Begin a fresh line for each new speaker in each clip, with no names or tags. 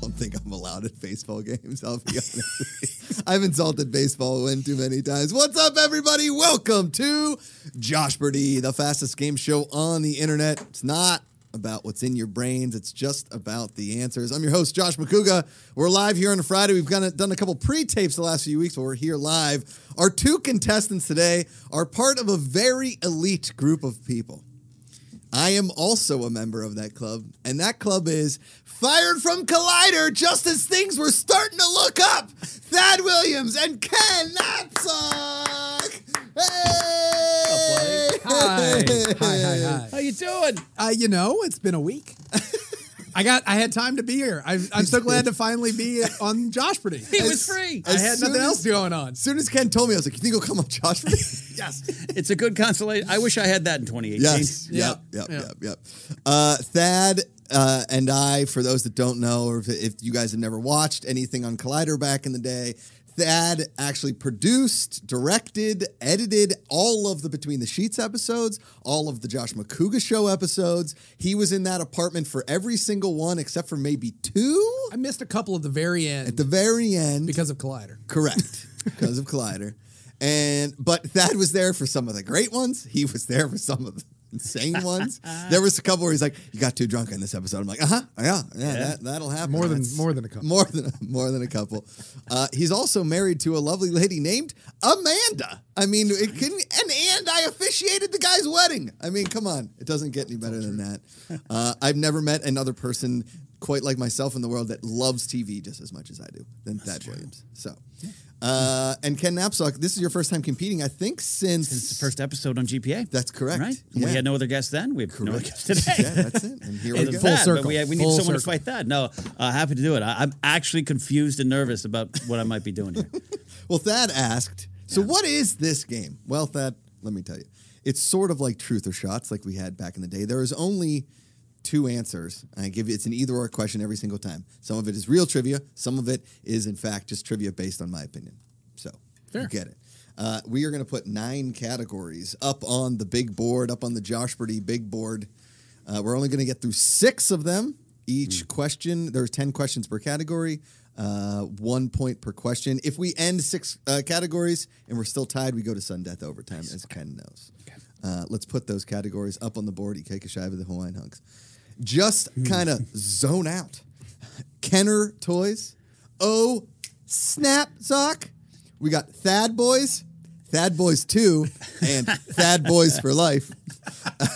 don't think I'm allowed at baseball games. I'll be honest. with you. I've insulted baseball win too many times. What's up, everybody? Welcome to Josh Birdie, the fastest game show on the internet. It's not about what's in your brains. It's just about the answers. I'm your host, Josh McCouga. We're live here on a Friday. We've gone, done a couple pre-tapes the last few weeks, but we're here live. Our two contestants today are part of a very elite group of people. I am also a member of that club, and that club is fired from Collider just as things were starting to look up. Thad Williams and Ken Knapsack. Hey!
Hi. hi, hi,
How you doing?
hi. Uh, you know, it's been a week. I got. I had time to be here. I, I'm so glad to finally be on Josh Pretty.
It was free.
I had nothing else going on.
As soon as Ken told me, I was like, "You think he'll come up, Josh?"
Yes.
It's a good consolation. I wish I had that in 2018.
Yes. Yep.
Yep.
Yep. Yep.
Yep.
Yep. Uh, Thad uh, and I, for those that don't know, or if, if you guys have never watched anything on Collider back in the day, Thad actually produced, directed, edited all of the Between the Sheets episodes, all of the Josh McCouga Show episodes. He was in that apartment for every single one except for maybe two
I missed a couple of the very end
at the very end.
because of Collider.
Correct, because of Collider. And but Thad was there for some of the great ones. He was there for some of the insane ones. there was a couple where he's like, "You got too drunk in this episode." I'm like, "Uh huh, yeah, yeah, That, that'll happen."
More than
That's-
more than a couple.
more than more than a couple. Uh, he's also married to a lovely lady named Amanda. I mean, it can and and I officiated the guy's wedding. I mean, come on, it doesn't get any better than that. Uh, I've never met another person quite like myself in the world that loves TV just as much as I do than Thad Williams. So. Uh, and Ken Knapsack, this is your first time competing, I think, since,
It's the first episode on GPA.
That's correct.
Right?
Yeah.
We had no other guests then. We have no other guests today.
Yeah, that's it. And here we
Other
go.
than
Full
that, but
circle.
we, we need
Full
someone to
circle.
fight that. No, uh, happy to do it. I, I'm actually confused and nervous about what I might be doing here.
Well, Thad asked, so what is this game? Well, Thad, let me tell you. It's sort of like truth or shots, like we had back in the day. There is only two answers. I give you it's an either or question every single time. Some of it is real trivia, some of it is in fact just trivia based on my opinion. So you get it. Uh, we are going to put nine categories up on the big board, up on the Josh Brady big board. Uh, we're only going to get through six of them. Each question, there's 10 questions per category, uh, one point per question. If we end six uh, categories and we're still tied, we go to sudden death overtime, as Ken knows. Uh, let's put those categories up on the board. Ike Kashiva, the Hawaiian Hunks. Just kind of zone out. Kenner Toys. Oh, Snap Sock. We got Thad Boys, Thad Boys 2, and Thad Boys for Life.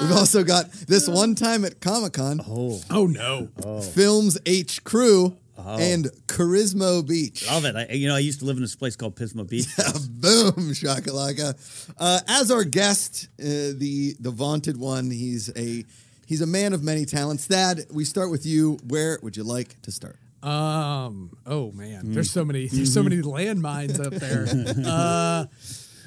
We've also got this one time at Comic Con,
Oh no.
Films H Crew, and Charisma Beach.
Love it. I, you know, I used to live in this place called Pismo Beach.
Boom, shakalaka. Uh, as our guest, uh, the the vaunted one, he's a he's a man of many talents. Thad, we start with you. Where would you like to start?
Um. Oh man. There's so many. There's so many landmines up there. uh,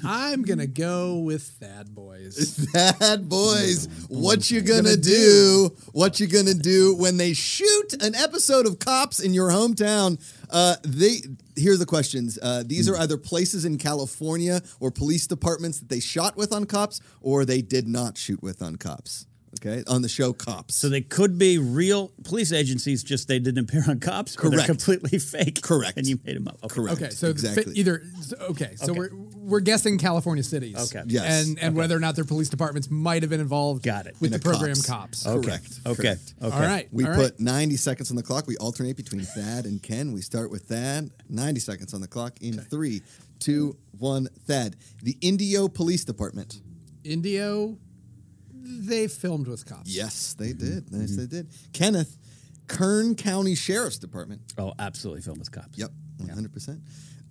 I'm gonna go with Thad Boys.
Thad boys, what you gonna do? What you gonna do when they shoot an episode of Cops in your hometown? Uh, they here are the questions. Uh, these are either places in California or police departments that they shot with on Cops, or they did not shoot with on Cops. Okay, on the show Cops.
So they could be real police agencies, just they didn't appear on cops. or
Correct.
They're completely fake.
Correct.
And you made them up. Okay.
Correct.
Okay. So
exactly.
fi- either. so- Okay. So
Okay.
we're we're guessing California cities.
Okay.
Yes.
And and whether or not their police departments might have been involved.
Got it.
With
In
the
a
program
Cops.
cops.
Okay.
Correct. Okay.
Correct.
Okay.
All right.
We
all right.
put 90 seconds on the clock. We alternate between Thad and Ken. We start with Thad. 90 seconds on the clock in three, two, one, Thad. The Indio Police Department.
Indio, they filmed with cops.
Yes, they did. Yes, they did. Kenneth, Kern County Sheriff's Department.
Oh, absolutely film with cops.
Yep, 100%.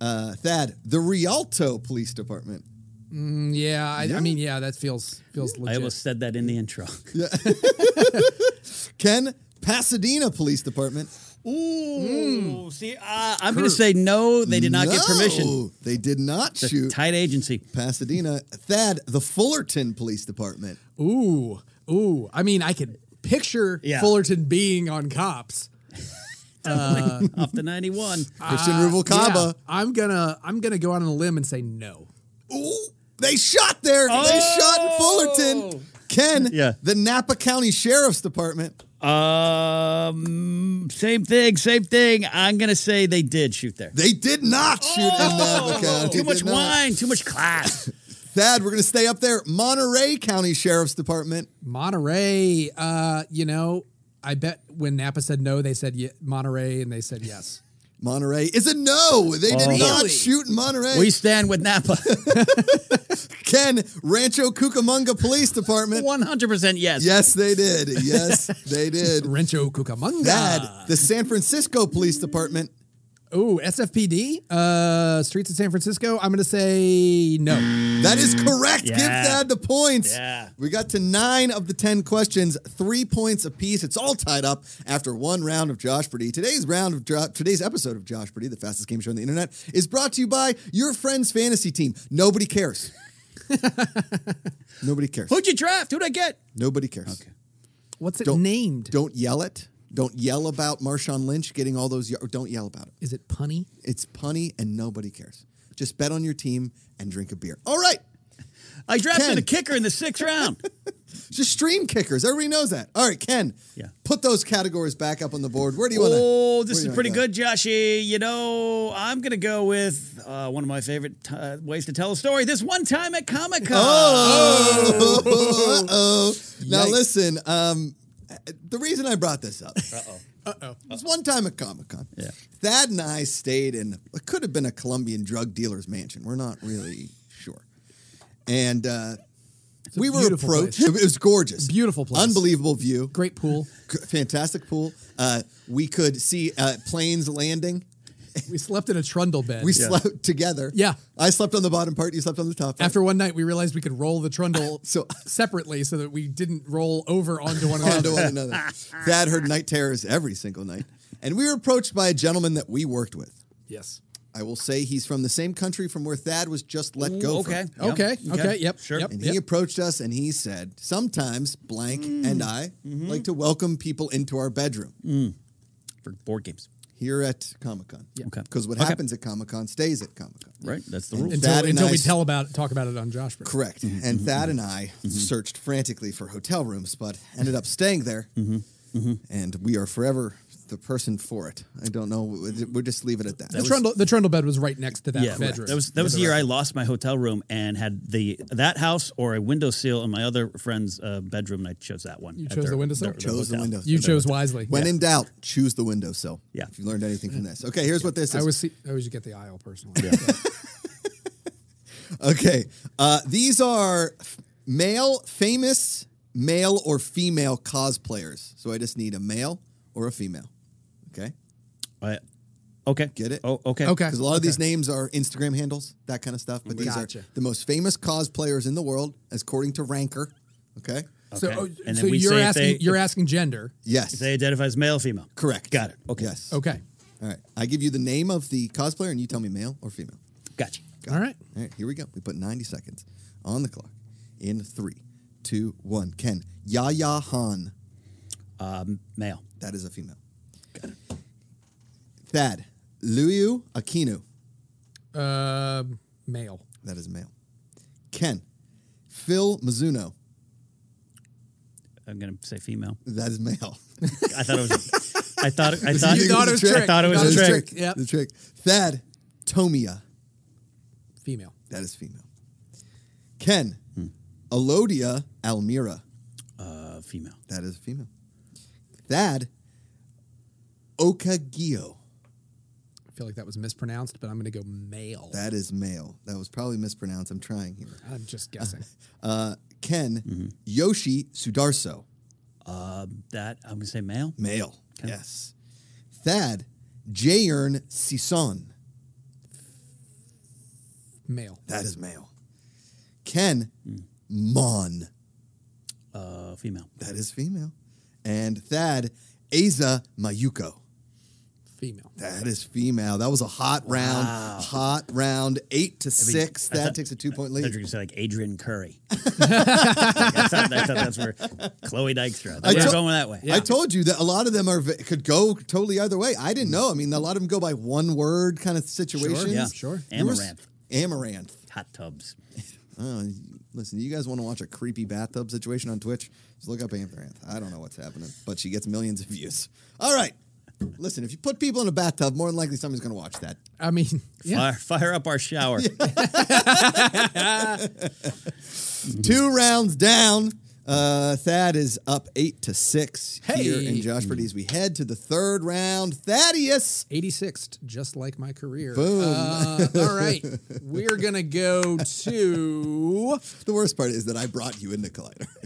Uh, Thad, the Rialto Police Department.
Mm, yeah, I, I mean, yeah, that feels feels
I
legit.
almost said that in the intro.
Ken, Pasadena Police Department.
Ooh, see, uh, I'm going to say no. They did not get permission.
No, They did not
It's a
shoot
tight agency.
Pasadena. Thad, the Fullerton Police Department.
ooh, ooh. I mean, I could picture
Yeah.
Fullerton being on cops.
off the 91.
Christian
Yeah,
Rubalcaba.
I'm gonna I'm gonna go out on a limb and say no.
Ooh, they shot there. They shot in
Oh.
Fullerton. Ken,
Yeah.
the Napa County Sheriff's Department.
Um, same thing, same thing. I'm gonna say they did shoot there.
They did not shoot in Napa County.
Oh. Too much
Did not.
wine, too much class.
Thad, we're going to stay up there. Monterey County Sheriff's Department.
Monterey, uh, you know, I bet when Napa said no, they said ye- Monterey and they said yes.
Monterey is a no. They did not
Really?
shoot in Monterey.
we stand with Napa.
Ken, Rancho Cucamonga Police Department.
100% yes.
Yes, they did. Yes, they did.
Rancho Cucamonga.
Thad, the San Francisco Police Department.
Ooh, SFPD, uh, streets of San Francisco. I'm going to say no.
That is correct. Give
Mm. Yeah.
Thad the points.
Yeah.
We got to nine of the 10 questions, three points apiece. It's all tied up after one round of Josh Brady. Today's round of jo- today's episode of Josh Brady, the fastest game show on the internet, is brought to you by your friend's fantasy team. Nobody cares. Nobody cares.
Who'd you draft? Who'd I get?
Nobody cares. Okay.
What's it
Don't-
named?
Don't yell it. Don't yell about Marshawn Lynch getting all those. y- Don't yell about it.
Is it punny?
It's punny and nobody cares. Just bet on your team and drink a beer. All right.
I drafted
Ken.
a kicker in the sixth round.
Just stream kickers. Everybody knows that. All right, Ken.
Yeah.
Put those categories back up on the board. Where do you want to?
oh, this is pretty good, Joshy. You know, I'm going to go with uh, one of my favorite t- uh, ways to tell a story. This one time at Comic Con.
Oh, oh. Now
Yikes.
listen. Um, the reason I brought this up. Uh oh. It was one time at Comic Con.
Yeah.
Thad and I stayed in it could have been a Colombian drug dealer's mansion. We're not really sure. And uh, we were
beautiful
approached.
place.
It was gorgeous.
Beautiful place.
Unbelievable view.
Great pool.
G- Fantastic pool. Uh, we could see uh, planes landing.
We slept in a trundle bed.
We slept together.
Yeah.
I slept on the bottom part. You slept on the top. part.
After one night, we realized we could roll the trundle
So-
separately so that we didn't roll over onto one
onto
another.
one another. Thad heard night terrors every single night. And we were approached by a gentleman that we worked with.
yes.
I will say he's from the same country from where Thad was just let go. from.
okay. Yeah.
Okay. Okay. Yep.
Sure.
Yep. Hmm.
And he approached us and he said, Sometimes blank and I
Mm-hmm.
like to welcome people into our bedroom
Mm.
For board games.
here at Comic Con.
Okay.
Because what happens at Comic Con stays at Comic Con.
Right? That's the rule.
And-
Until,
That
until
I
we
s-
tell about talk about it on Josh. Brown.
Correct. And Thad and I searched frantically for hotel rooms, but ended up staying there. And we are forever the person for it. I don't know. We'll just leave it at that.
The trundle the trundle bed was right next to that
Yeah,
bedroom.
that was that was the year I lost my hotel room and had the that house or a window seal in my other friend's uh, bedroom, and I chose that one. You
chose the windowsill?
Chose the window-
you chose wisely.
When in doubt, choose the windowsill.
Yeah.
If you learned anything from this. Okay, here's what this
I
is.
always see, I always get the aisle personally.
okay. Uh, these are f- male, famous male or female cosplayers. So I just need a male or a female. Okay.
I, okay.
Get it?
Oh, okay.
Okay.
Because a lot of these names are Instagram handles, that kind of stuff. But these
Gotcha.
are the most famous cosplayers in the world, as according to Ranker. Okay.
So,
Okay.
oh,
And then
so
we
you're
say if
asking
they-
you're asking gender.
Yes.
They identify as male, female.
Correct.
Got it. Okay.
Yes.
Okay.
All right. I give you the name of the cosplayer, and you tell me male or female.
Gotcha.
All right.
All right, here we go. We put 90 seconds on the clock in three, two, one. Ken, Yaya Han.
Um, male.
That is a female. Thad, Luyu Akinu.
Uh, male.
That is a male. Ken, Phil Mizuno.
I'm gonna say female.
That is male.
I thought it was. I thought. I thought.
You thought it was a
I
trick.
thought it
You
was
thought
a
it was a
trick.
trick. Yep.
The trick. Thad, Tomia.
Female.
That is female. Ken, Elodia Almira.
Uh, female.
That is a female. Thad, Okagio.
I feel like that was mispronounced, but I'm going to go male.
That is male. That was probably mispronounced. I'm trying here.
I'm just guessing.
Uh, Ken Yoshi Sudarso,
Uh, that I'm gonna say male.
male.
Okay.
Yes. Thad Jayern Sison.
male.
That is male. Ken Mon.
Uh, female.
That is female. And Thad Aza Mayuko.
Female.
That is female. That was a hot round. Hot round. Eight to six.
I
Thad
thought-
takes a two point
I thought you
lead.
were gonna say like Adrian Curry. I, thought, I thought that's where Chloe Dykstra. I
I
was
to-
going that way.
I told you that a lot of them are could go totally either way. I didn't know. I mean, a lot of them go by one word kind of situations.
Yeah.
Sure.
There was-
Amaranth.
Amaranth.
Hot tubs.
Oh, listen, you guys want to watch a creepy bathtub situation on Twitch? Just look up Amaranth. I don't know what's happening, but she gets millions of views. All right. Listen, if you put people in a bathtub, more than likely someone's going to watch that.
I mean, yeah.
Fire, fire up our shower.
Two rounds down. Uh, Thad is up eight to six here
Hey.
in Josh Purdy's. We head to the third round. Thaddeus.
86th, just like my career.
Boom.
Uh, all right. We're going to go to. uh,
The worst part is that I brought you in the collider.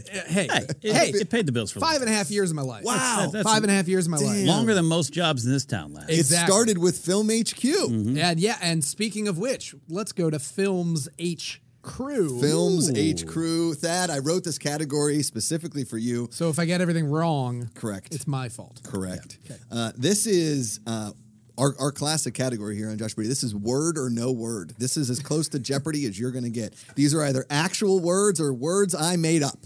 Hey,
Hey,
it,
hey,
it paid the bills for
five and a half years of my life.
Wow.
That's-
five and a half years of my life.
Damn.
longer than most jobs in this town last.
It
Exactly. Mm-hmm.
started with Film HQ.
And yeah, and speaking of which, let's go to Films H Crew.
Films
Ooh.
H Crew. Thad, I wrote this category specifically for you.
So if I get everything wrong,
Correct.
it's my fault.
Correct. Uh, this is uh, our, our classic category here on Josh Brady. This is word or no word. This is as close to Jeopardy as you're going to get. These are either actual words or words I made up.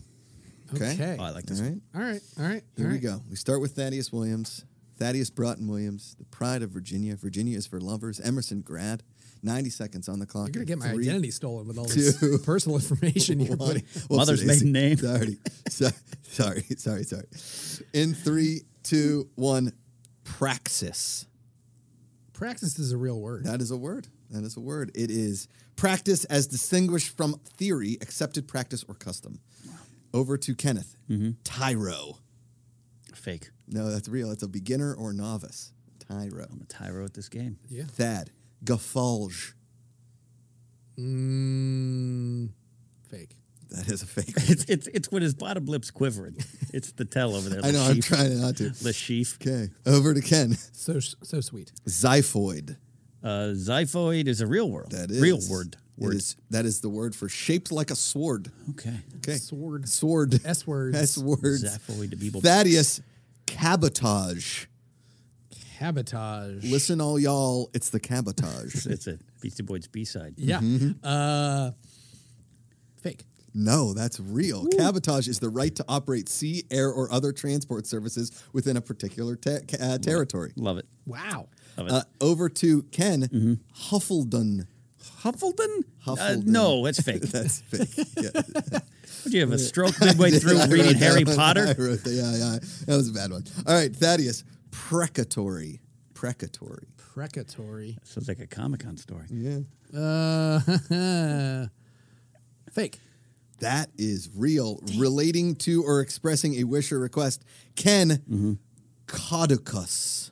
Okay.
Okay.
Oh, I like this.
All right.
All right. All right.
Here
all
we
right.
go. We start with Thaddeus Williams. Thaddeus Broughton Williams, the pride of Virginia. Virginia is for lovers. Emerson Grad. 90 seconds on the clock.
You're going to get my
Three,
identity stolen with all this personal information you're
one.
putting.
Whoops,
Mother's
it is-
maiden name.
Sorry. So- sorry. Sorry. Sorry. In three, two, one. Praxis.
Praxis is a real word.
That is a word. That is a word. It is practice as distinguished from theory, accepted practice or custom. Over to Kenneth.
Mm-hmm.
Tyro.
Fake.
No, that's real. It's a beginner or novice. Tyro.
I'm a tyro at this game.
Yeah.
Thad. Gafalge.
Mm, fake.
That is a fake.
It's it's it's when his bottom lip's quivering. It's the tell over there.
I know. I'm
Lashif.
trying not to.
Lashif.
Okay. Over to Ken.
So so sweet.
Xiphoid.
Uh, xiphoid is a real word.
That is
real word.
It
Word.
is- that is the word for shaped like a sword.
Okay.
Okay.
Sword.
Sword.
S words.
S words.
Xiphoid to people.
Thaddeus. Cabotage.
Cabotage.
Listen, all y'all, it's the cabotage.
That's it. Beastie Boys B side.
Yeah.
mm-hmm.
Uh, fake.
no, that's real. Cabotage is the right to operate sea, air, or other transport services within a particular te- ca- uh, territory.
Love it.
Wow.
Love it. Mm-hmm.
Uh, over to Ken Huffledon.
Huffleton? Uh,
Huffleton.
no, that's fake.
That's fake. Yeah.
Would you have a stroke midway through
I
reading
wrote that
Harry
one.
Potter?
I wrote that. Yeah, yeah. That was a bad one. All right, Thaddeus. Precatory. Precatory.
Precatory.
Sounds like a Comic Con story.
Yeah.
Uh, fake.
That is real. Relating to or expressing a wish or request. Ken Caducus.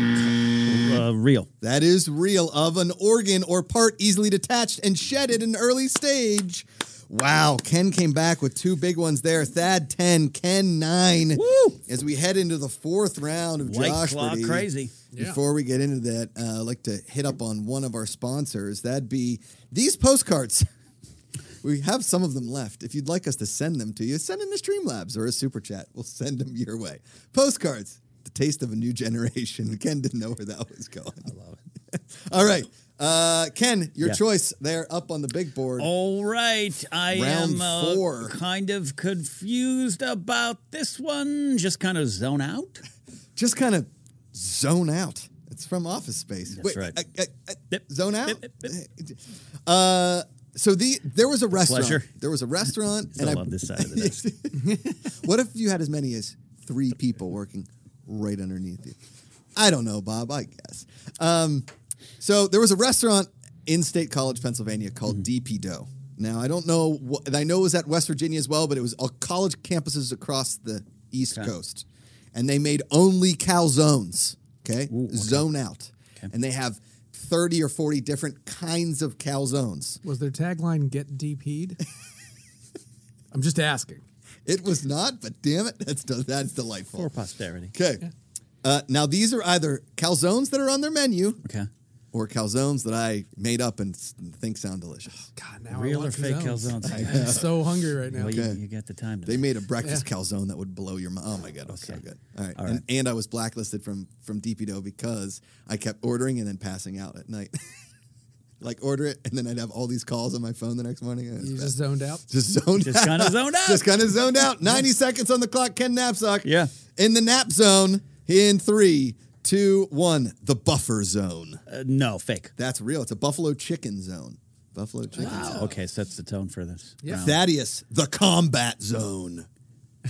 Uh, real.
That is real of an organ or part easily detached and shed at an early stage. Wow, Ken came back with two big ones there. Thad 10, Ken 9.
Woo!
As we head into the fourth round of
White
Josh
Claw
Brady,
crazy.
Yeah.
Before we get into that, uh, I'd like to hit up on one of our sponsors. That'd be these postcards. We have some of them left. If you'd like us to send them to you, send them to Streamlabs or a super chat. We'll send them your way. Postcards, the taste of a new generation. Ken didn't know where that was going. I love it. All right. Uh, Ken, your
Yeah. Oh.
choice there up on the big board.
All right, I
Round
am uh,
four.
kind of confused about this one. Just kind of zone out.
Just kind of zone out. It's from Office Space. That's
right. Yep.
zone out.
Yep,
Uh, so the there was a restaurant.
pleasure.
There was a restaurant,
Still
and I,
on this side of the desk.
what if you had as many as three people working right underneath you? I don't know, Bob. I guess. Um, so there was a restaurant in State College, Pennsylvania,
Mm-hmm.
called DP Dough. Now I don't know. What, I know it was at West Virginia as well, but it was all college campuses across the East
Okay.
Coast, and they made only calzones. Okay, zone out,
Okay.
and they have thirty or forty different kinds of calzones.
Was their tagline "Get DP'd"? I'm just asking.
It was not, but damn it, that's that's delightful.
For posterity.
Okay. Uh, now these are either calzones that are on their menu
Okay.
or calzones that I made up and s- think sound delicious.
God, now I
Real
want
or fake
calzones.
calzones?
I'm so hungry right now.
Well, you,
Okay.
you got the time.
They
Tonight.
made a breakfast calzone that would blow your mind. Oh my god, it was so
Okay.
good. All right.
All
And,
right.
and I was blacklisted from from DP Dough because I kept ordering and then passing out at night. like order it and then I'd have all these calls on my phone the next morning. It was
You
bad.
just zoned out.
just zoned
Just kinda zoned out.
Just kind of zoned out. 90 seconds on the clock. Ken Knapsack.
Yeah.
In the nap zone in three, two, one. The buffer zone.
Uh, no, fake.
That's real. It's a buffalo chicken zone. Buffalo chicken zone.
Wow. Okay, sets the tone for this.
Yeah.
round.
Thaddeus, the combat zone.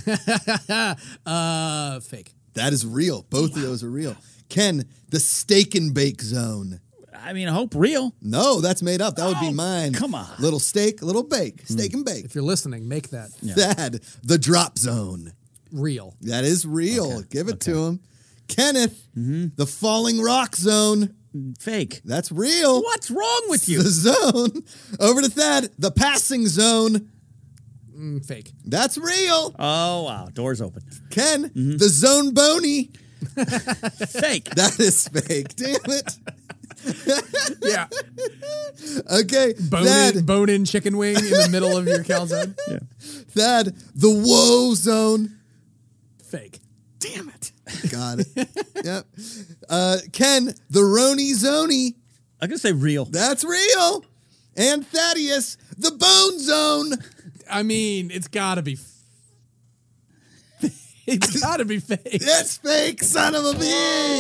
Uh, fake.
That is real. Both of those are real. Ken, the steak and bake zone.
I mean, I hope real.
No, that's made up. That would be mine.
Oh, come on. Hmm.
Little steak, little bake. Steak and bake.
If you're listening, make that
Thad, the drop zone.
real.
That is real. Give it to him. Kenneth,
Mm-hmm.
the falling rock zone.
Fake.
That's real.
What's wrong with
The
you?
zone. Over to Thad, the passing zone.
Mm, fake.
That's real.
Oh wow, doors open.
Ken,
Mm-hmm.
the zone bony.
Fake.
That is fake. Damn it.
Yeah.
Okay.
Bone, in,
Thad,
bone in chicken wing in the middle of your calzone.
Thad, the woe zone.
Fake.
Damn it. Got it. yep. Uh, Ken, the Roni Zoni.
I'm gonna say real.
That's real. And Thaddeus, the Bone Zone.
I mean, it's got to be. f- it's got to be fake.
That's fake, son of a bitch.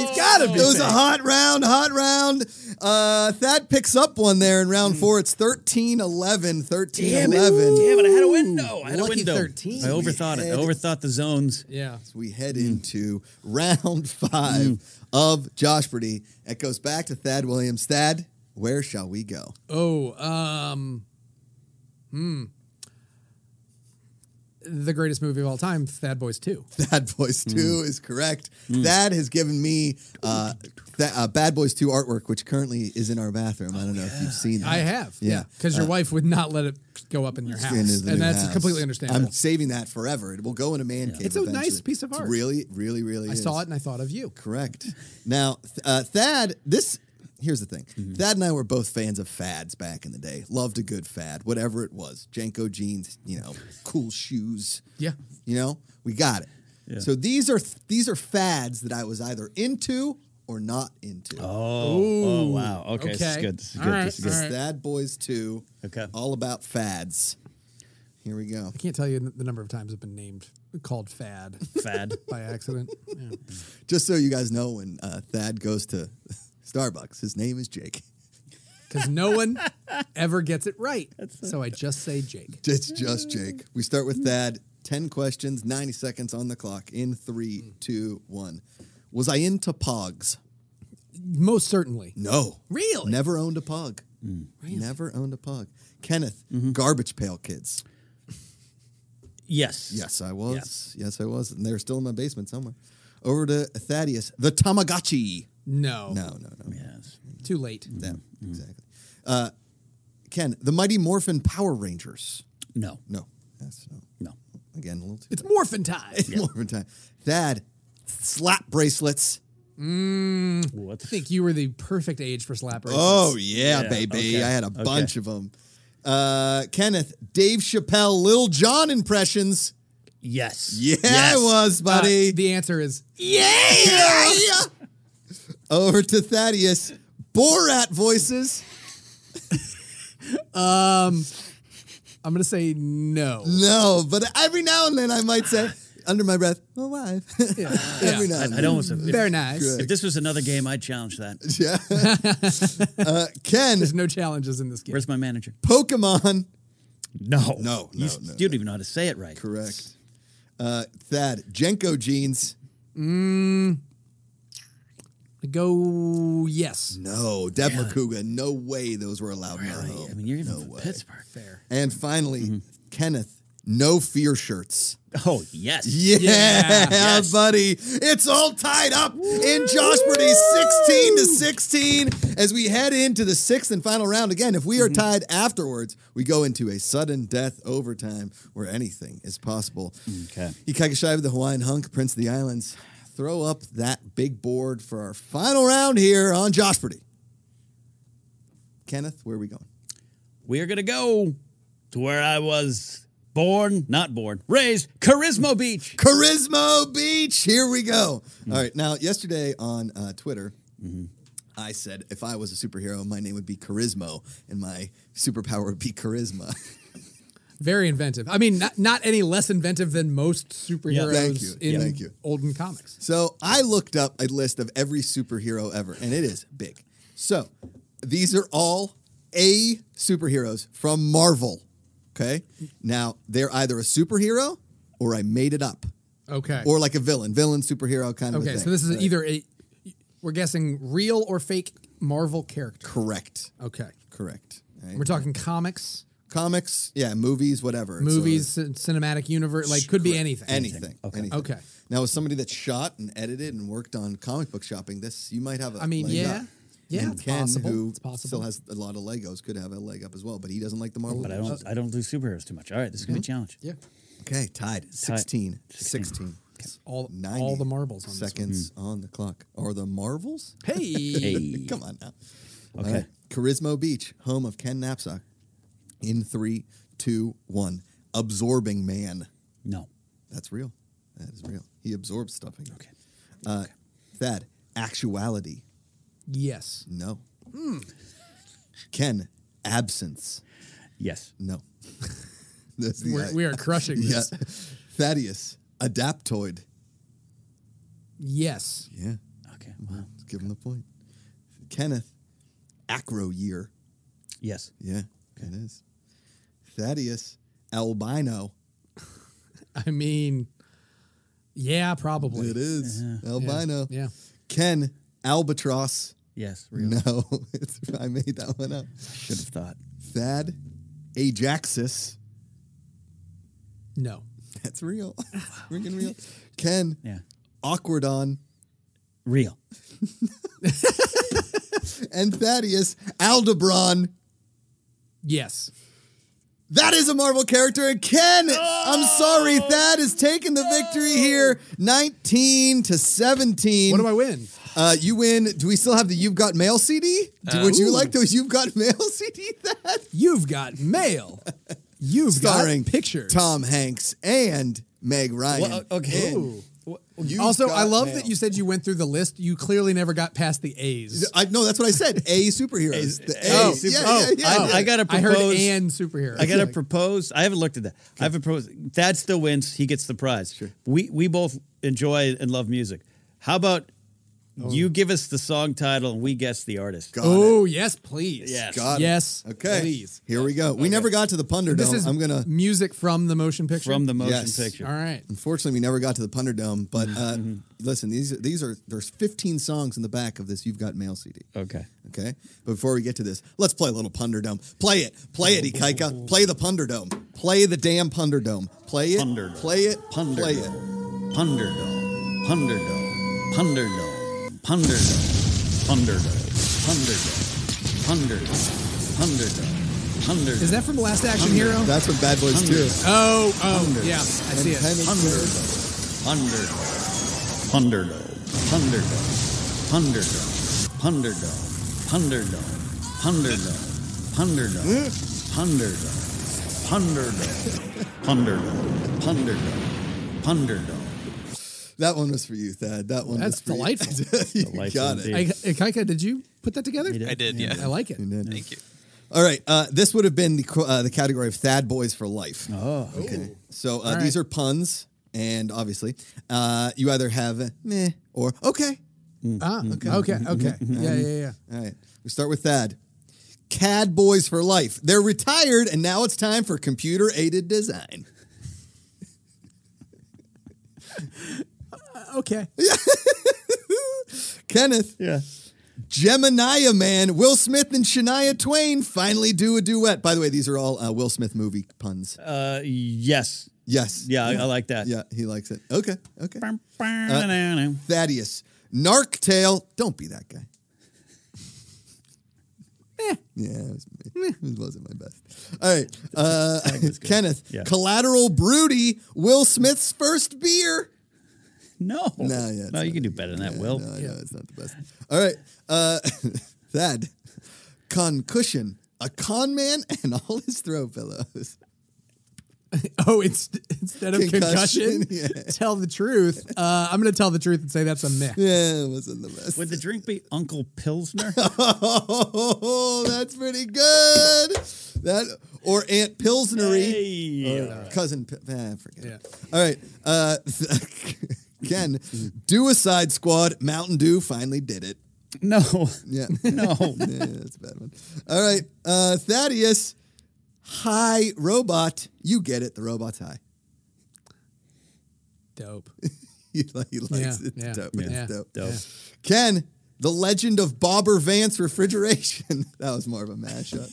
It's gotta be
It was a
fake.
hot round, hot round. Uh, Thad picks up one there in
Hmm.
round four. It's 13 11, 13 11.
Damn it, I had a window. I had a
lucky
window.
13.
I overthought it. I overthought the zones.
Yeah.
we head
Hmm.
into round five of Josh Brady. It goes back to Thad Williams. Thad, where shall we go?
Oh, um, hmm. The greatest movie of all time, Thad Boys 2.
Bad
Hmm.
Boys 2 is correct. Thad has given me uh, Th- uh, Bad Boys 2 artwork, which currently is in our bathroom. I don't know if you've seen that.
Oh, I have.
Yeah.
Because
Uh,
your wife would not let it go up in your house.
In the new
and that's
house.
completely
I'm
understandable.
saving that forever. It will go in a man cave.
It's a nice
eventually.
piece of
It's
art.
really, really, really.
I saw it and I thought of you.
Correct. Now, th- uh, Thad, this here's the thing.
Mm-hmm.
Thad and I were both fans of fads back in the day. Loved a good fad, whatever it was. Janko jeans, you know, cool shoes.
Yeah.
You know, we got it. So these are th- these are fads that I was either into or not into.
Oh, oh wow. Okay, this is
okay.
good. This is
All
good.
right,
This is good.
all right.
Thad Boys 2.
Okay.
All about fads. Here we go.
I can't tell you the number of times I've been named, called Fad
Fad.
by accident. Yeah.
Just so you guys know, when uh, Thad goes to Starbucks, his name is Jake.
because no one ever gets it right. so I just say Jake.
It's just Jake. We start with Thad. 10 questions, 90 seconds on the clock in three, two, one. Was I into pogs?
Most certainly.
No.
Really?
Never owned a pug. Never owned a pug. Kenneth, garbage pail kids.
Yes.
Yes, I was. Yes. I was. And they're still in my basement somewhere. Over to Thaddeus, the Tamagotchi.
No.
No, no, no.
Yes.
Too late.
Them. Exactly. Uh, Ken, the Mighty Morphin Power Rangers.
No.
No. That's no.
No.
Again, a little too
It's morphin time.
Morphin time. Thad, slap bracelets.
What?
I think you were the perfect age for slap races. Uh,
Oh yeah,
Yeah,
baby!
okay,
I had a
okay.
bunch of them. Uh, Kenneth, Dave Chappelle, Lil John impressions.
Yes.
Yeah,
Yes.
I was,
Uh,
buddy.
the answer is
yeah. Over to Thaddeus, Borat voices.
I'm going to say no.
No, but every now and then I might say under my breath, "My wife." every now
I,
and
I
then.
don't. If,
Very nice.
if this was another game, I'd challenge that.
Yeah. uh, Ken,
There's no challenges in this game.
Where's my manager?
Pokemon.
No.
No,
You,
no, no,
you don't even know how to say it right.
Correct. Uh, Thad, Jenko jeans.
Go yes.
No, Deb Makuga. No way those were allowed. in our
Really?
home.
I mean, Mm-hmm. you're even
no
from
way.
Pittsburgh. Fair.
And finally, Kenneth, no fear shirts.
Oh yes.
Yeah,
Yes.
buddy. It's all tied up in Josh Brady's 16 to 16 as we head into the sixth and final round. Again, if we are tied afterwards, we go into a sudden death overtime where anything is possible.
Okay.
Hikakashai of the Hawaiian Hunk, Prince of the Islands, throw up that big board for our final round here on Josh Brady. Kenneth, where are we going?
We are gonna go to where I was born, not born, raised, Charisma Beach.
Charisma Beach. Here we go.
Hmm.
All right. Now, yesterday on uh, Twitter,
Mm-hmm.
I said if I was a superhero, my name would be Charisma, and my superpower would be charisma.
Very inventive. I mean, not, not any less inventive than most superheroes
Thank you.
in
Yeah, thank you.
olden comics.
so I looked up a list of every superhero ever, and it is big. So these are all A superheroes from Marvel. Okay. Now, they're either a superhero or I made it up.
Okay.
or like a villain, villain superhero kind of. a
okay,
thing.
so this is
Right.
either a we're guessing real or fake Marvel character.
correct,
Okay.
correct. Right?
We're talking comics,
comics, yeah, movies, whatever. So
movies, cin- cinematic universe, like could be anything.
anything, anything.
Okay.
Now, as somebody that shot and edited and worked on comic book shopping, this you might have. a
I mean,
leg
yeah.
up.
Yeah,
uh, and
it's
Ken,
possible.
who
It's possible.
still has a lot of Legos, could have a leg up as well, but he doesn't like the Marvel.
But I
movies.
Uh,
don't. I don't do superheroes too much. All right, this is
Mm-hmm.
gonna be a challenge.
Yeah.
Okay, tied 16. 16.
All
90
all the marbles on this one.
seconds
Mm-hmm.
on the clock. Or the Marvels?
Hey.
Hey.
Come on now.
Okay.
All right. Charisma Beach, home of Ken Knapsack. In three, two, one. Absorbing man.
No.
That's real. That is real. He absorbs stuffing.
Okay.
Uh, Thad, actuality.
yes.
No.
Hmm.
Ken, absence.
Yes.
No. That's the
We're, we are crushing
Yeah.
this.
Thaddeus, adaptoid.
Yes.
Yeah.
Okay. Wow.
Let's give him the point. Kenneth, acro year.
Yes.
Yeah, it is. Thaddeus, albino.
I mean, yeah, probably.
It is.
Uh-huh. Yeah.
Albino.
Yeah.
Ken, albatross.
Yes. Real.
No, it's, I made that one up.
Should have thought.
Thad, ajaxis.
No.
That's real. Freaking real. Ken,
Yeah.
awkwardon.
Real.
And Thaddeus, Aldebron.
Yes.
That is a Marvel character. And Ken, I'm sorry,
Oh!
Thad is taking the victory here, 19 to 17.
What do I win?
Uh, you win. Do we still have the You've Got Mail CD? Do- Would you like those You've Got Mail CD? That
You've got mail. You've
starring
got pictures.
Tom Hanks and Meg Ryan.
Well, uh, okay.
in
Ooh.
You've
Also, I
Got
love
Mail.
that you said you went through the list. You clearly never got past the A's.
I, no, that's what I said. A superheroes. the A.
Oh,
yeah,
oh,
yeah, yeah,
I-
yeah.
I gotta
I heard
propose-
and superhero.
I gotta propose. I haven't looked at that. I haven't proposed. Thad still wins. He gets the prize. We we both enjoy and love music. How about you give us the song title and we guess the artist?
Got it.
Oh yes, please.
Yes.
Got it.
yes.
Okay.
Please.
Here we go. We never got to the Punderdome.
This is
I'm gonna.
music from the motion picture.
From the motion
Yes.
picture.
All right.
Unfortunately, we never got to the Punderdome. But uh,
Mm-hmm.
listen, these these are there's 15 songs in the back of this You've Got Mail CD.
Okay.
Okay. But before we get to this, let's play a little Punderdome. Play it. Play it, Ikaika. Play the Punderdome. Play the damn Punderdome. Play it.
Punderdome.
Play it. Play it.
Punderdome. Punderdome. Punderdome. Punderdome. Punderdome. Punderdome. Punderdome. Punderdome. Punderdome. Punderdome.
Is that from Last Action Hero?
That's from Bad Boys 2.
Punderdome.
oh, oh,
Thunder.
yeah. I see
And
it.
Penny-
Punderdome. Punderdome. Punderdome. Punderdome. Punderdome. Punderdome. Punderdome. Punderdome. Punderdome. Punderdome. Punderdome. Punderdome. Punderdome.
That one was for you, Thad. That one
That's
was for
delightful.
you. you
Delightful
got
indeed.
it.
I, Kaika, did you put that together?
did.
I did, yeah.
I like it.
You did.
Thank you.
All right. Uh, this would have been the, qu- uh, the category of Thad Boys for Life.
Oh.
Okay. So uh,
All
these
right.
are puns. And obviously, uh, you either have meh or okay.
Ah, okay, okay, okay. yeah, yeah, yeah.
All right. We start with Thad. Cad Boys for Life. They're retired, and now it's time for computer aided design.
Okay.
Kenneth,
Yeah.
Gemini Man, Will Smith and Shania Twain finally do a duet. By the way, these are all uh, Will Smith movie puns.
Uh, yes.
yes.
Yeah, I, I like that.
Yeah, he likes it. Okay. Okay.
Uh,
Thaddeus, Narc Tale. Don't be that guy.
Eh.
yeah, it, was me. it wasn't my best. All right. Uh, Kenneth,
Yeah.
Collateral Broody, Will Smith's first beer.
no.
No, yeah, it's
No, you
not-
can do better than that,
Yeah,
Will.
No, I know it's not the best. All right. Uh, Thad, concussion, a con man, and all his throw pillows.
Oh, it's instead of
Concussion,
concussion,
yeah.
tell the truth. Uh, I'm going to tell the truth and say that's a myth.
Yeah, it wasn't the best.
Would the drink be Uncle Pilsner?
oh, that's pretty good. That or Aunt Pilsnery,
Hey.
Or cousin. P- ah, I forget.
Yeah.
All right. Uh, Ken, Suicide Squad, Mountain Dew finally did it.
No.
Yeah.
No.
yeah, that's a bad one. All right, uh, Thaddeus, hi robot. You get it. The robot's high.
Dope.
he, li- he likes
Yeah,
it. It's
yeah,
dope. It's
yeah.
dope.
Dope.
Ken, the legend of Bobber Vance refrigeration. that was more of a mashup.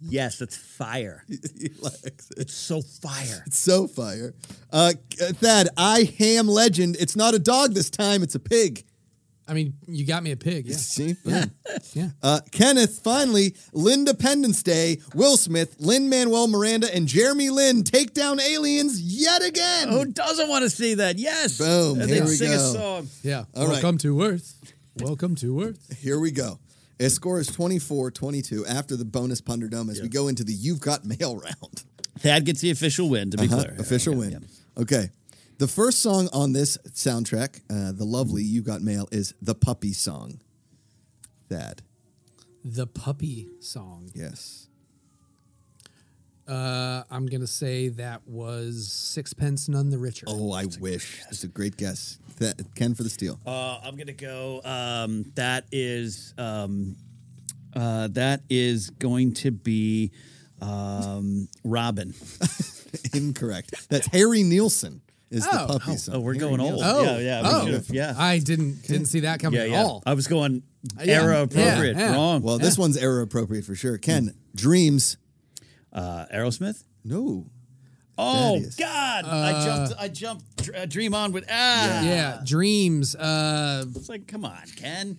Yes, that's fire.
he likes it.
It's so fire.
So fire. Uh, Thad, I ham legend. It's not a dog this time. It's a pig.
I mean, you got me a pig. Yeah.
See? Boom.
Yeah.
Uh, Kenneth, finally, Lindependence Day, Will Smith, Lynn Manuel Miranda, and Jeremy Lynn take down aliens yet again.
Who doesn't want to see that? Yes.
Boom,
And
here
then
we
sing a
go.
song.
Yeah.
All right.
Welcome to Earth. Welcome to Earth.
Here we go. A score is 24 22 after the bonus Punderdome as we go into the You've Got Mail round.
Thad gets the official win, to be
Huh?
clear.
Uh-huh, Official
Yeah,
win.
yeah.
Okay. The first song on this soundtrack, uh, the lovely You Got Mail, is the puppy song. Thad.
The puppy song.
Yes.
Uh, I'm gonna say that was Sixpence None the Richer.
Oh, I wish. That's a great guess. That, Ken for the steal.
Uh, I'm gonna go. Um, that is. Um, uh, that is going to be um, Robin.
Incorrect. That's Harry Nielsen is the
Oh.
puppy song.
Oh, we're
Harry
going
Nielsen.
old. yeah,
Oh,
yeah, we
oh.
should've- yeah.
I didn't didn't see that coming
yeah,
at
yeah.
all.
I was going
yeah,
era appropriate.
yeah, yeah.
Wrong.
Oh. Well, this one's era appropriate for sure. Ken, Dreams.
uh, Aerosmith.
No.
Oh
is-
God! I jumped. I jumped. Dr- uh, Dream on with ah.
Uh, yeah, dreams. Uh,
It's like, come on, Ken.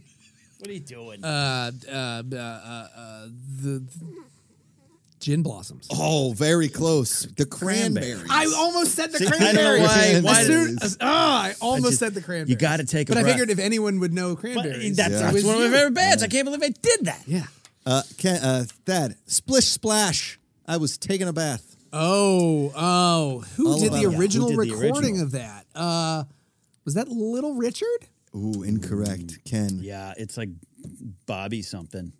What are you doing?
uh, uh, uh, uh, uh, the gin blossoms.
Oh, very close. The cranberries.
Cranberries.
I almost said the
See, I don't know
cranberries.
why-
As
why-
soon as- oh, I almost
just-
said the cranberries.
you gotta take a
But I
breath.
figured if anyone would know
But eh,
cranberries,
that's that's
Yeah.
it was
one of my
you.
favorite bands. I can't believe I did that.
Yeah.
Uh, Ken, uh, Thad, Splish Splash. I was taking a bath.
Oh, oh, who
All
did
about-
the
yeah, who
original
did the
recording
original?
of that? Uh, was that Little Richard?
Ooh, incorrect. Ken,
Yeah, it's like Bobby something.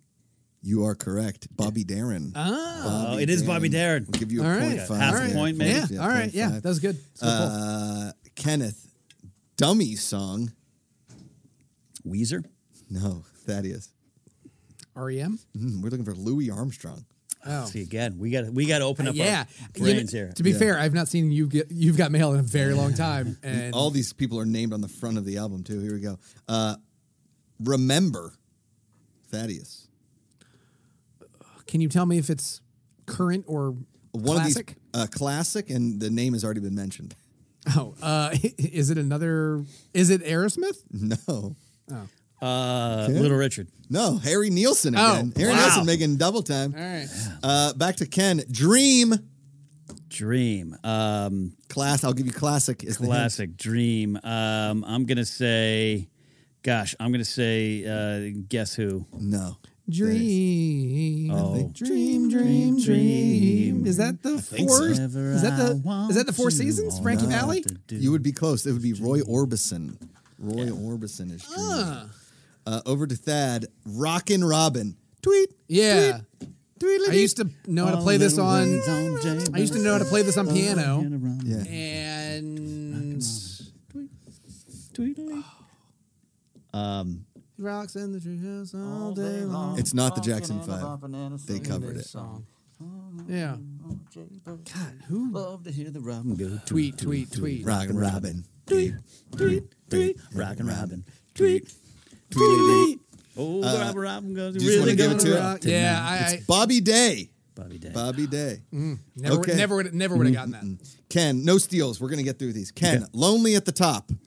you are correct. Bobby Darren.
Oh, it is Bobby Darren.
We'll give you a
Uh, All right.
point five.
Half a
there.
point, maybe.
Yeah.
Yeah,
all right.
point
Yeah.
five.
That was good. That's a good pull.
Uh, Kenneth, Dummy Song.
Weezer.
No, Thaddeus.
REM.
Mm, we're looking for Louis Armstrong.
E Oh.
Uh,
Uh,
See again, we got we got to open up.
yeah.
our
You
brains
know,
here.
To be
Yeah.
fair, I've not seen you get you've got mail in a very long time, and
All these people are named on the front of the album, too. Here we go. Uh, Remember, Thaddeus.
can you tell me if it's current or
One
classic?
of these, uh, classic, and the name has already been mentioned.
Oh, uh, is it another? Is it Aerosmith?
No.
Uh, Little Richard.
No, Harry Nielsen
Oh,
again. Harry
wow.
Nielsen making double time.
All right.
Uh, back to Ken. Dream
Dream. Um,
class. I'll give you classic. Is The hint.
classic dream. Um, I'm gonna say, gosh, I'm gonna say, uh, guess who?
No.
Dream,
Oh.
dream, dream, dream. Is that the four? Is that the is that the Four Seasons? Frankie Valley?
You would be close. It would be Roy Orbison. Roy Orbison is Dream. Uh. over to Thad. Rockin' Robin. Tweet.
Yeah.
Tweet.
I used to know how to play this on. I used to know how to play this on piano,
Yeah.
and rocks in the treehouse all day long.
It's not the Jackson Five. They covered it.
Yeah. God, who?
Love to hear the Robin go
Tweet, tweet, tweet.
Rockin' Robin.
tweet, tweet, tweet, rockin' Robin, tweet,
Tweet.
oh, the Robin, Robin goes
you just wanna
really
give
gonna
it to him?
rock.
Yeah, I,
Bobby Day.
Bobby Day.
Bobby Day.
I never,
Okay. Mm-hmm.
never would, never would have gotten that.
Ken. No steals. We're gonna get through these. Ken. Lonely at the top.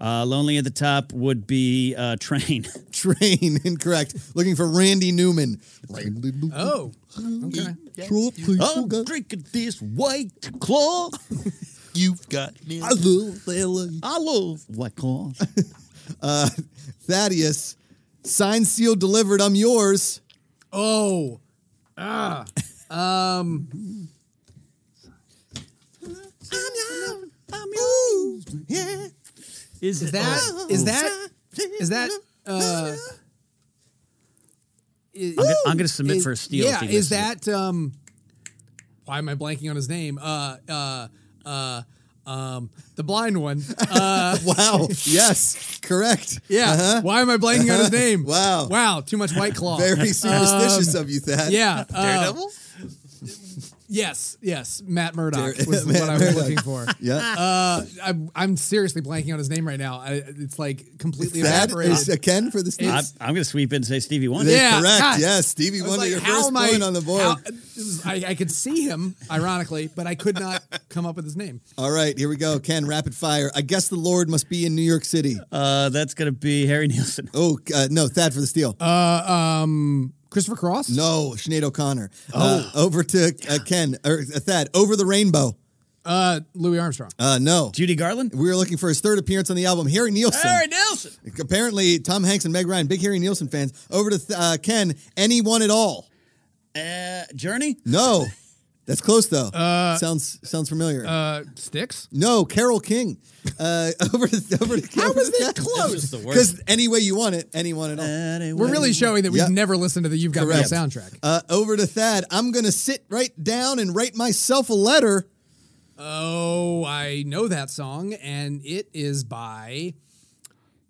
Uh, Lonely at the top would be uh, train.
Train. Incorrect. Looking for Randy Newman. Randy Newman.
Oh, okay.
Troll, please,
I'm
oh, God.
drinking this white claw. You've got me.
I love LA.
I love white claw.
Thaddeus, signed, sealed, delivered. I'm yours.
Oh,
I'm yours. I'm yours. Yeah.
Is,
is that is that is that uh? i-
I'm, gonna, I'm gonna submit
is-
for a steal.
Yeah,
if he
is
misses it.
that um? Why am I blanking on his name? Uh, uh, uh, um, the blind one. Uh,
Wow. yes. Correct.
yeah. Why am I blanking on his name?
Uh-huh. Wow.
wow, too much white claw.
Very superstitious of you, Thad.
yeah, uh,
Daredevil?
Yes, yes, Matt Murdock
Dar-
was
Matt
what I was
Murdock.
looking for.
Yeah.
Uh, I'm, I'm seriously blanking on his name right now. I, it's like completely
That
evaporated.
is a Ken for the
I'm,
Steves.
I'm going to sweep in and say Stevie Wonder.
That's
Yeah.
correct.
God.
Yes, Stevie
I was
Wonder,
like,
your
how
first
am I-
point on the board.
how- this is- I, I could see him, ironically, but I could not come up with his name.
All right, here we go. Ken, rapid fire. I guess the Lord must be in New York City.
Uh, that's going to be Harry Nielsen.
Oh, uh, no, Thad for the steal.
Christopher Cross?
no, Sinead O'Connor. Oh. over to uh, Ken, or uh, Thad, over the rainbow.
Uh, Louis Armstrong.
Uh, no.
Judy Garland.
We were looking for his third appearance on the album, Harry Nielsen.
Nielsen.
Apparently, Tom Hanks and Meg Ryan, big Harry Nielsen fans. Over to uh, Ken, anyone at all?
Uh, Journey.
No, that's close though. sounds sounds familiar.
Uh, Sticks?
no, Carol King. Uh, over to over to. How was that
That was the worst.
Because any way you want it, anyone at all.
Uh,
We're really showing that we've
Yep.
never listened to the You've Got Mail
Correct.
soundtrack.
Uh, over to Thad. I'm gonna sit right down and write myself a letter.
Oh, I know that song, and it is by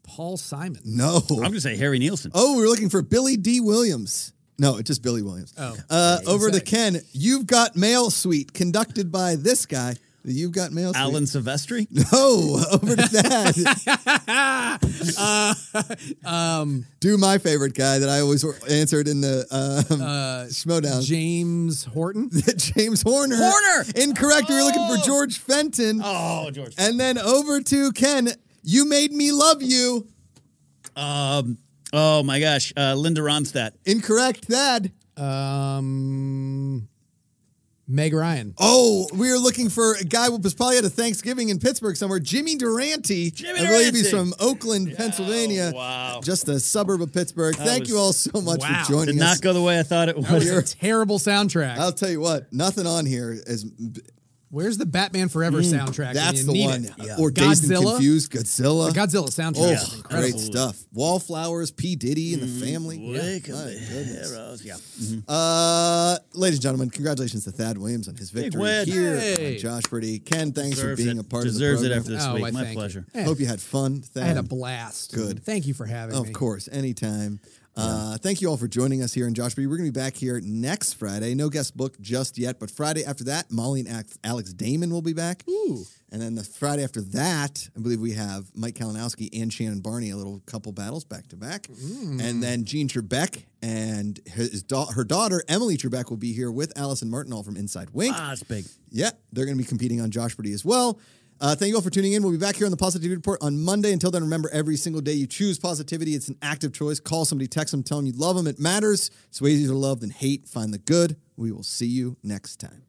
Paul Simon.
No.
I'm going to say Harry Nielsen.
Oh, we were looking for Billy D. Williams. No, it's just Billy Williams.
Oh.
Uh,
Yeah,
over to
exactly.
Ken. You've got mail suite conducted by this guy. The You've got mail. Suite.
Alan Silvestri.
No, over to that.
Uh, um,
Do my favorite guy that I always answered in the um,
Uh,
Schmodown.
James Horton?
James Horner.
Horner!
Incorrect. We were looking for George Fenton.
Oh, George.
And then over to Ken. You made me love you.
Oh my gosh, uh, Linda Ronstadt.
Incorrect. Thad.
Um, Meg Ryan.
Oh, we were looking for a guy who was probably at a Thanksgiving in Pittsburgh somewhere. Jimmy Durante.
Jimmy
I believe
Durante.
he's from Oakland, Pennsylvania.
wow.
Just a suburb of Pittsburgh. Thank
was-
you all so much
Wow.
for joining
Did
us.
not go the way I thought it
Oh,
would.
That was a terrible soundtrack.
I'll tell you what, nothing on here is
Where's the Batman Forever
Mm,
soundtrack? when
that's
you
the
need
one.
it?
Or Dazed and
Godzilla?
Confused, Godzilla.
The Godzilla soundtrack.
oh,
is incredible.
great stuff. Wallflowers, P. Diddy and
Mm-hmm.
the family.
Wake
Yeah,
up
my
the
goodness.
heroes. Yeah.
Uh, ladies and gentlemen, congratulations to Thad Williams on his victory
win.
here.
Hey.
on Josh Pretty, Ken, thanks
Deserves
for being
it.
a part
Deserves
of the
it
program.
after this
Oh,
week.
I
My
thank you.
pleasure.
Yeah.
Hope you had fun. Thad.
I had a blast.
Good.
Thank you for having me.
Of course, anytime. Uh, thank you all for joining us here in Josh Pretty. We're going to be back here next Friday. No guest book just yet, but Friday after that, Molly and Alex- Alex Damon will be back.
Ooh.
And then the Friday after that, I believe we have Mike Kalinowski and Shannon Barney, a little couple battles back to back.
Mm.
And then Jean Trebek and his da- her daughter, Emily Trebek, will be here with Allison Martinall from Inside Wink.
Ah, it's big.
Yeah, they're going to be competing on Josh Pretty as well. Uh, thank you all for tuning in. We'll be back here on the Positivity Report on Monday. Until then, remember every single day you choose positivity. It's an active choice. Call somebody, text them, tell them you love them. It matters. It's way easier to love than hate. Find the good. We will see you next time.